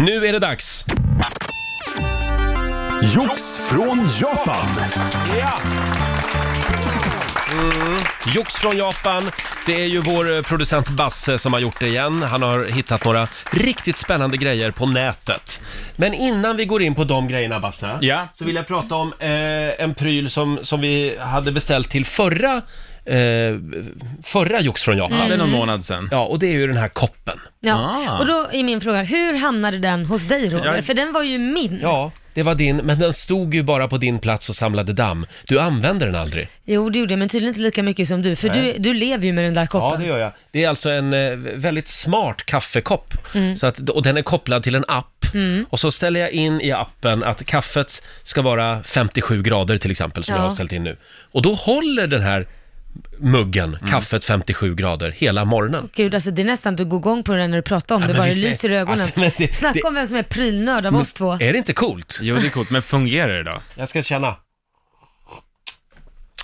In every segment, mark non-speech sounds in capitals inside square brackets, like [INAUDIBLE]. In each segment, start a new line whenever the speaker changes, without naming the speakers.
Nu är det dags!
Jox från Japan.
Jox från Japan. Det är ju vår eh, producent Basse som har gjort det igen. Han har hittat några riktigt spännande grejer på nätet. Men innan vi går in på de grejerna Basse,
Ja.
så vill jag prata om eh, en pryl som, som vi hade beställt till förra, eh, förra Jox från Japan.
Ja, det är någon månad sedan.
Ja, och det är ju den här koppen.
Ja.
Ah.
Och då är min fråga, hur hamnade den hos dig Roger?
Ja.
För den var ju min.
Ja, det var din, men den stod ju bara på din plats och samlade damm. Du använde den aldrig.
Jo, det gjorde jag, men tydligen inte lika mycket som du, för du, du lever ju med den där
Ja,
koppen.
det gör jag. Det är alltså en eh, väldigt smart kaffekopp.
Mm.
Så att, och den är kopplad till en app. Och så ställer jag in i appen att kaffet ska vara 57 grader till exempel, som
Ja.
jag har ställt in nu. Och då håller den här muggen
Mm.
kaffet 57 grader hela morgonen.
Gud, alltså det är nästan att du går igång på den när du pratar om det,
men
bara det
visst är-
lyser i ögonen.
alltså, men det-
Snacka
det-
om vem som är prylnörd av
Mm.
oss två.
Är det inte coolt?
Jo, det är coolt, men fungerar det då?
Jag ska känna.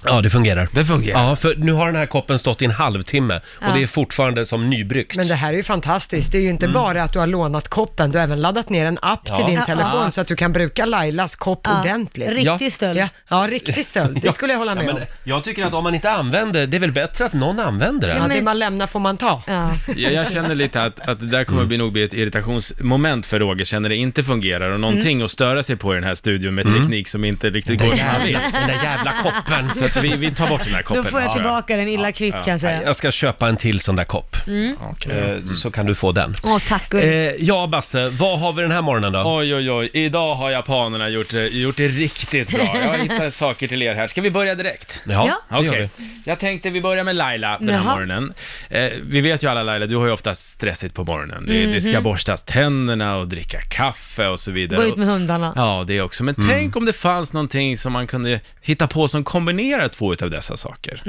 Ja, det fungerar.
Det fungerar.
Ja, för nu har den här koppen stått i en halvtimme och
Ja.
det är fortfarande som nybryggt.
Men det här är ju fantastiskt. Det är ju inte bara att du har lånat koppen, du har även laddat ner en app
Mm. Ja.
till din
Ja,
telefon så att du kan bruka Lailas kopp
Ja.
ordentligt.
Riktig
Ja.
stöld.
Ja, ja, riktig stöld. Det skulle jag hålla med
Ja,
om.
men jag tycker att om man inte använder, det är väl bättre att någon använder det.
Ja,
men-
det man lämnar får man ta.
Ja.
Jag, jag känner lite att, att det där
Mm.
kommer bli, nog bli ett irritationsmoment för Roger, känner det inte fungerar och någonting
Mm.
att störa sig på i den här studion med
Mm.
teknik som inte riktigt går som han vill.
Den där jävla koppen.
Så att vi, vi tar bort den här koppen.
Då får jag
tror
tillbaka den illa kvitt kan jag säga.
Jag ska köpa en till sån där kopp.
Mm.
Eh, Så kan du få den.
Åh, tack
Eh,
Ulf.
ja, Basse, vad har vi den här morgonen då?
Oj, oj, oj. Idag har japanerna gjort det, gjort det riktigt bra. Jag har hittat saker till er här. Ska vi börja direkt?
det
Okej.
gör vi.
Jag tänkte vi börjar med Laila den här
Jaha.
morgonen. Eh, vi vet ju alla Laila, du har ju oftast stressigt på morgonen. Det, det ska borstas tänderna och dricka kaffe och så vidare.
Mm-hmm. Gå ut med hundarna.
Ja, det också. Men
Mm.
tänk om det fanns någonting som man kunde hitta på som kombinerar två utav dessa saker.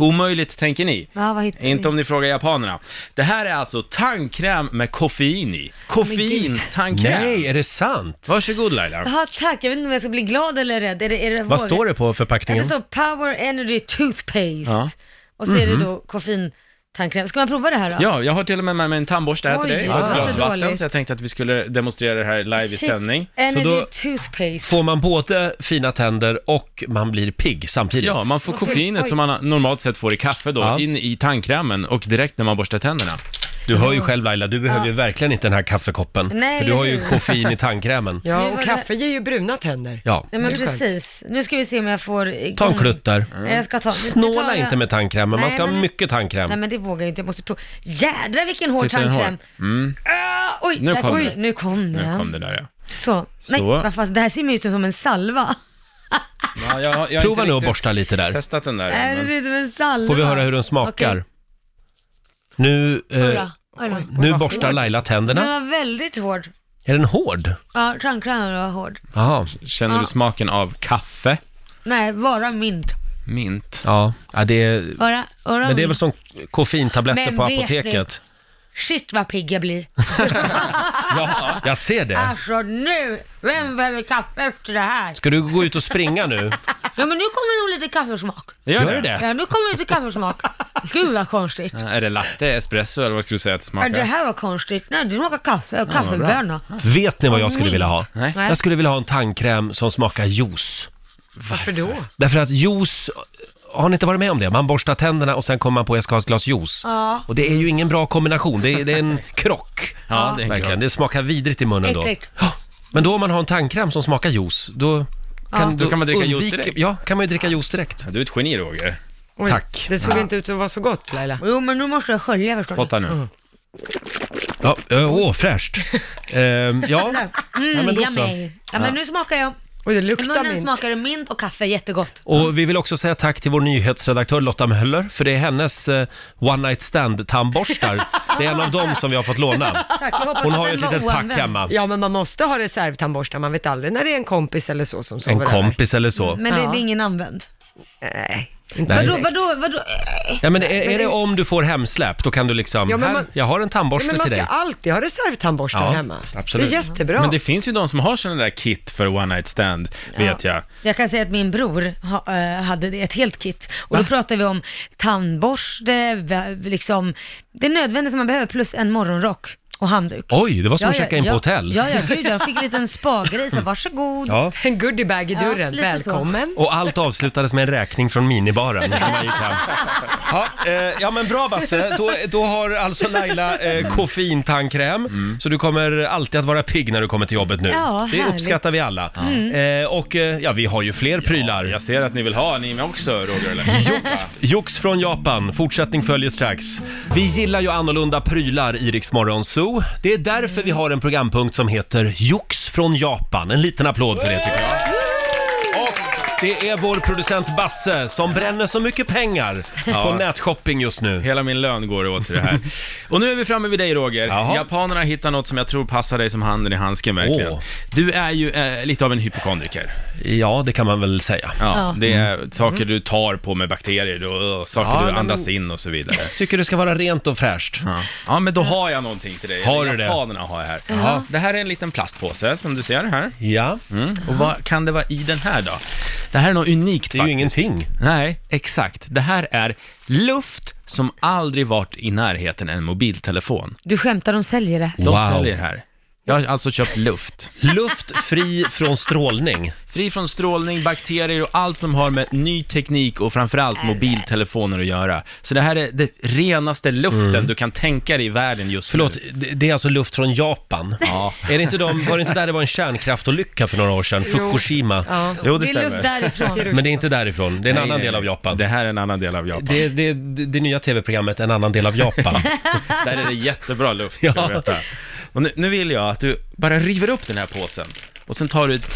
Omöjligt, tänker ni.
Mhm. Ja, vad hittar
Inte
vi?
om ni frågar japanerna. Det här är alltså tandkräm med koffein i.
Men
Koffein,
gud.
tandkräm.
Nej, är det sant?
Varsågod Laila.
Jaha, tack. Jag vet inte om jag ska bli glad eller rädd. Är det, är det
Vad står det på
Det
förpackningen?
står Power Energy Toothpaste.
Ja.
Och så är
Mhm.
det då koffeintandkräm. Ska man prova det här då?
Ja, jag har till och med med mig en tandborste här till
Oj,
dig och
ja.
ett glas
Varför
vatten,
dåligt?
så jag tänkte att vi skulle demonstrera det här live i
Shit.
sändning.
Energy
Så då-
Toothpaste.
Får man både fina tänder och man blir pigg samtidigt?
Ja, man får koffeinet som man normalt sett får i kaffe då,
Ja.
in i tandkrämen och direkt när man borstar tänderna.
Du hör ju själv Laila, du behöver ju verkligen inte den här kaffekoppen.
Nej,
för du har ju
eller hur?
koffein i tandkrämen.
Ja,
Nu var
och
det-
kaffe ger ju bruna tänder.
Ja,
Nej men
Det är skönt.
precis. Nu ska vi se om jag får igång.
ta en klutt där.
Mm.
Ja, Jag ska ta. nu- nu tar
Snåla
jag-
inte med tandkrämen, man
Nej,
ska ha
men-
mycket tandkräm.
Nej men det vågar jag inte, jag måste prova. Jädrar vilken hård
Sitter den hård?
tandkräm. Ah, oj,
Nu
där
kom
kom
den.
den. Nu kom den.
Nu kom det där ja.
Så. Nej,
Så.
vad fan, det här ser ju ut som en salva.
ja jag, har- jag har
Prova
inte
nu och
riktigt
borsta lite där.
testat den där.
Nej, det
Men...
ser ut som en salva.
Får vi höra hur den smakar?
Okej.
Nu,
Oj
eh,
då, oj då.
nu borstar Laila
Den
tänderna.
var väldigt hård.
Är den hård?
Ja, tandkrämen var hård.
Jaha.
Känner du smaken av kaffe?
Nej, bara mint.
Mint.
Ja, ja det är,
Bara, bara
men det är väl
mint.
som koffeintabletter
Men
på
vet
apoteket.
Shit vad pigg jag blir.
Ja, jag ser det.
Alltså nu, vem behöver kaffe efter det här?
Ska du gå ut och springa nu?
Ja men nu kommer nog lite kaffesmak.
Gör du det?
Ja, nu kommer det lite kaffesmak. Gud vad konstigt.
Är det latte, espresso eller vad skulle du säga att det
Ja,
smakar?
det här var konstigt. Nej, det smakar kaffe. Kaffebönor.
Vet ni vad jag skulle vilja ha?
Nej.
Jag skulle vilja ha en tandkräm som smakar juice.
Varför då?
Därför att juice, har ni inte varit med om det? Man borstar tänderna och sen kommer man på jag ska ha ett glas juice.
Ja.
Och det är ju ingen bra kombination, det är, det är en krock.
Ja, det är en
Verkligen,
kropp.
det smakar vidrigt i munnen då.
Äckligt.
Ja, Men då om man har en tandkräm som smakar juice, då kan,
Då kan man dricka juice direkt.
Ja, kan man ju dricka juice direkt.
Du är ett geni Roger.
Oj,
Tack.
Det såg inte ut att vara så gott Laila.
Jo, men nu måste jag skölja förstår du.
Spotta
Mm.
nu.
Ja, ö, åh, fräscht. Ehm, ja. ja,
Mm,
men då
ja,
så.
men ja, men nu smakar jag.
Oj, det
I
luktar
munnen
mint.
smakar det mint och kaffe jättegott.
Och vi vill också säga tack till vår nyhetsredaktör Lotta Möller, för det är hennes eh, one night stand tandborstar. Det är en av dem som vi har fått låna.
Tack, jag hoppas
Hon
att
har ju
den
ett
var
litet pack
oanvänd.
hemma.
Ja, men man måste ha reservtandborstar. Man vet aldrig när det är en kompis eller så som
En
sover
kompis eller så.
Men det,
Ja.
det är ingen använd.
över. Nej, inte
Nej.
Vadå,
direkt.
vadå, vadå?
Ja, men är, är det om du får hemsläpp, då kan du liksom,
Ja, men
här,
man-
jag har en
Nej,
tandborste
men man
till
ska
dig.
alltid ha reservtandborstar
Ja,
hemma.
absolut.
Det är jättebra.
Men det finns ju de som har sådana där kit för one night stand, vet jag.
Jag kan säga att min bror ha, eh, hade det, ett helt kit. Och då pratar vi om tandborste, vä- liksom, det nödvändiga som man behöver plus en morgonrock. och handduk.
Oj, det var som att checka in på
ja,
hotell.
Ja, ja, gud jag fick en liten spa-grej, så varsågod.
Ja.
En goodiebag i
Ja,
dörren.
lite
Välkommen.
Och allt avslutades med en räkning från minibaren när man gick hem. Ja, eh, ja men bra Basse, då, då har alltså Laila eh, koffeintandkräm, så du kommer alltid att vara pigg när du kommer till jobbet nu.
Ja,
det
härligt.
uppskattar vi alla. Eh, och eh, ja, vi har ju fler prylar.
Jag ser att ni vill ha, ni också Roger
[LAUGHS]
och Laila.
Jox från Japan, fortsättning följer strax. Vi gillar ju annorlunda prylar i Rix Morgon Zoo. Det är därför vi har en programpunkt som heter Jox från Japan. En liten applåd för det tycker jag. Och det är vår producent Basse som bränner så mycket pengar på
Ja.
nätshopping just nu.
Hela min lön går åt till det här. Och nu är vi framme vid dig Roger.
Jaha.
Japanerna hittar något som jag tror passar dig som handen i handsken verkligen.
Åh.
Du är ju eh, lite av en hypokondriker.
Ja, det kan man väl säga.
Ja,
Ja.
Det är saker du tar på med bakterier, du, och saker
Mm. Ja,
du
men-
andas in och så vidare.
Tycker det ska vara rent och fräscht.
Ja. ja, men då har jag någonting till dig.
Har
Eller
du det?
Japanerna har jag här. Det här är en liten plastpåse som du ser här.
Ja,
Och vad kan det vara i den här då? Det här är något unikt
det är ju
faktiskt.
ingenting.
Nej, exakt. Det här är luft som aldrig varit i närheten en mobiltelefon.
Du skämtar, de säljer det.
De
Wow.
säljer det här. Jag har alltså köpt luft.
Luft fri från strålning.
Fri från strålning, bakterier och allt som har med ny teknik och framförallt mobiltelefoner att göra. Så det här är det renaste luften du kan tänka dig i världen just
Mm. Förlåt,
nu.
det- det är alltså luft från Japan.
Ja.
Är det inte de, var det inte där det var en kärnkraftolycka för några år sedan? Fukushima.
Ja.
Jo, det
det är luft
stämmer.
därifrån.
Men det är inte därifrån, det är en
Nej,
annan
nej,
del av
nej.
Japan.
Det
Det,
här är en annan del av Japan.
det, det, det nya tv-programmet En annan
[LAUGHS]
del av Japan.
Där är det
[LAUGHS]
jättebra luft, ska
Ja.
du veta. Och nu, nu vill jag att du bara river upp den här påsen och sen tar du ett ett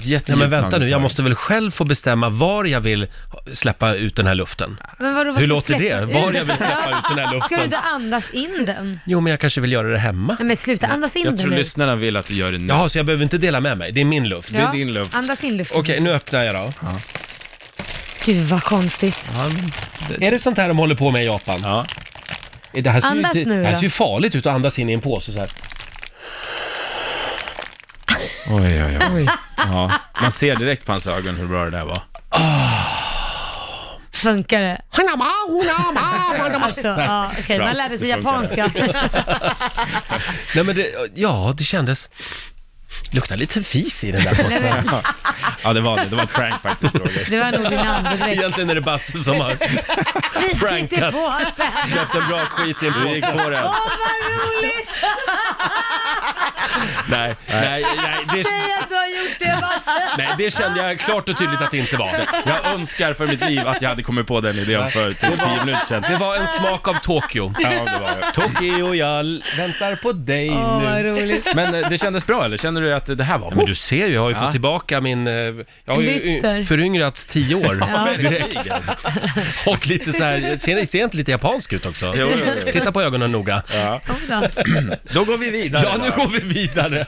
Nej
jättedjupt
men vänta nu,
andetag.
jag måste väl själv få bestämma var jag vill släppa ut den här luften?
Men vadå, vad
Hur
ska
låter
släppa
det?
ut
Var jag vill släppa ut den här
[LAUGHS] Ska du
luften?
inte andas in den?
Jo men jag kanske vill göra det hemma.
Nej men sluta, andas in
Jag
den
tror
nu.
lyssnarna vill att du gör det nu.
Jaha, så jag behöver inte dela med mig, det är min luft.
det är din luft.
Andas in luften.
Okej, nu öppnar jag då.
Gud vad konstigt.
Är det sånt här de håller på med i Japan?
Ja.
Det här ser,
Andas
ju, inte,
nu
det här
då.
ser ju farligt ut att andas in i en påse så här.
Oj, oj, oj.
Oj.
Ja. Man ser direkt på hans ögon hur bra det där var.
Funkar det? Alltså, ja, okej, man lärde sig
Det funkar.
japanska. [LAUGHS]
Nej men det, ja det kändes... Luktar lite fis i
[LAUGHS]
den där påsen.
Ja, det var det. Det var ett prank
[LAUGHS]
faktiskt, Roger.
Det var nog din andedräkt.
Egentligen är det Basse som har
Fis inte
Prankat.
på [LAUGHS] sen.
släppt en bra skit i en
Du
påse.
gick på den.
Åh vad roligt!
Nej, nej, nej, det,
Säg att du har gjort det Basse!
nej, det kände jag klart och tydligt att det inte var.
Jag önskar för mitt liv att jag hade kommit på den idén för typ tio minuter sedan.
Det var en smak av Tokyo.
Ja, det var det.
Tokyo, jag väntar på dig
Åh vad
nu.
roligt.
Men eh, det kändes bra, eller? Känner du att det här var...
Men du ser ju, jag har ju
Ja.
fått tillbaka min... eh, Jag har ju
Lyster.
y- föryngrats tio år [LAUGHS] direkt.
Verkligen.
Och lite så här, ser, ser inte lite japansk ut också?
Jo, jo, jo.
Titta på ögonen noga.
Ja.
Oj då.
Då går vi vidare.
Ja, nu
då.
går vi vidare.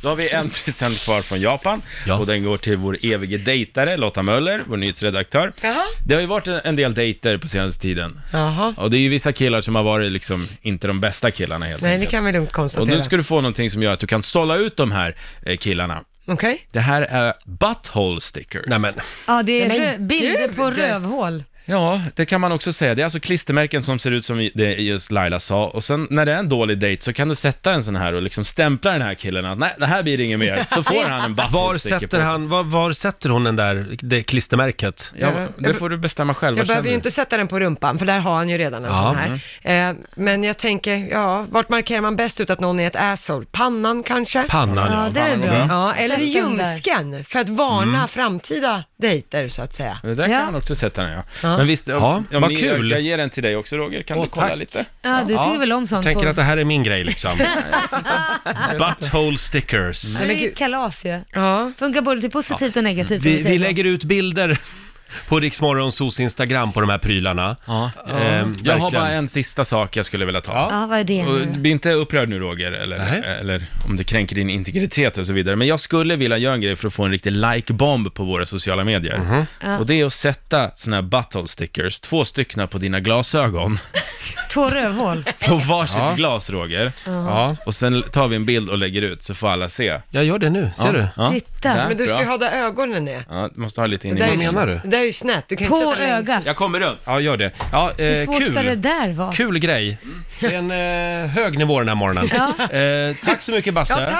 Då har vi
[LAUGHS]
en present kvar från Japan
Ja.
och den går till vår evige dejtare Lotta Möller, vår nyhetsredaktör.
Jaha.
Det har ju varit en del dejter på senaste tiden.
Jaha.
Och det är ju vissa killar som har varit liksom inte de bästa killarna helt
Nej, det
enkelt.
kan vi lugnt
Och
konstatera.
nu ska du få någonting som gör att du kan sålla ut de här eh, killarna.
Okej?
Det här är butthole stickers.
Nej, men,
Ja det är
Nej, men
rö- bilder
gud.
på rövhål.
Ja, det kan man också säga. Det är alltså klistermärken som ser ut som det just Laila sa. Och sen när det är en dålig dejt så kan du sätta en sån här och liksom stämpla den här killen att nej, det här blir inget mer.
[LAUGHS]
Så får han en
var
butthole sticker
sätter,
på sig.
han, var, var sätter hon den där, det klistermärket?
Ja, det får du bestämma själv.
Jag
Vad
behöver
känner
ju
du?
inte sätta den på rumpan, för där har han ju redan en
Ja.
sån här.
Mm.
Eh, men jag tänker, ja, vart markerar man bäst ut att någon är ett asshole? Pannan kanske?
Pannan,
Ja
ja.
det är bra.
bra.
ja, eller i
Sätt den där.
ljumsken, för att varna
Mm.
framtida dejter så att säga.
Det där
Ja.
kan man också sätta den ja. Men visst, om,
Ja,
om
vad
ni,
kul.
Jag, jag ger den till dig också Roger, kan
Åh,
du kolla
tack.
lite?
Ja du tycker väl om sånt?
Tänker
på-
att det här är min grej
[LAUGHS]
liksom. Butthole stickers.
Ja, Det är kalas ju.
Ja,
Funkar både till positivt och negativt. om
Vi,
vi säger
vi
så.
lägger ut bilder på Riksmorgonsos Instagram på de här prylarna.
Ja.
Ehm,
Jag har
verkligen.
bara en sista sak jag skulle vilja ta.
Ja vad är det
Och
nu?
bli inte upprörd nu Roger, eller,
Nej.
eller om det kränker din integritet och så vidare. Men jag skulle vilja göra en grej för att få en riktig like-bomb på våra sociala medier.
Mhm.
Och det är att sätta såna här butthole stickers, två stycken på dina glasögon. [LAUGHS]
Två rövhål.
på varsitt
Ja.
glas, Roger.
Ja,
Och sen tar vi en bild och lägger ut så får alla se.
jag gör det nu, ser du?
Ja.
Titta.
Där,
Men
Men du ska
bra.
ju ha där ögonen är.
Ja, måste ha lite in i
Det där är
munnen.
ju-
menar du?
Det där är ju snett, du kan inte
På
sätta längst.
ögat.
Jag kommer runt.
Ja, gör det. Ja, eh,
Hur svårt
kul.
ska det där vara?
Kul grej. Det är en eh, hög nivå den här morgonen. Eh, tack så mycket Basse.
Ja, tack.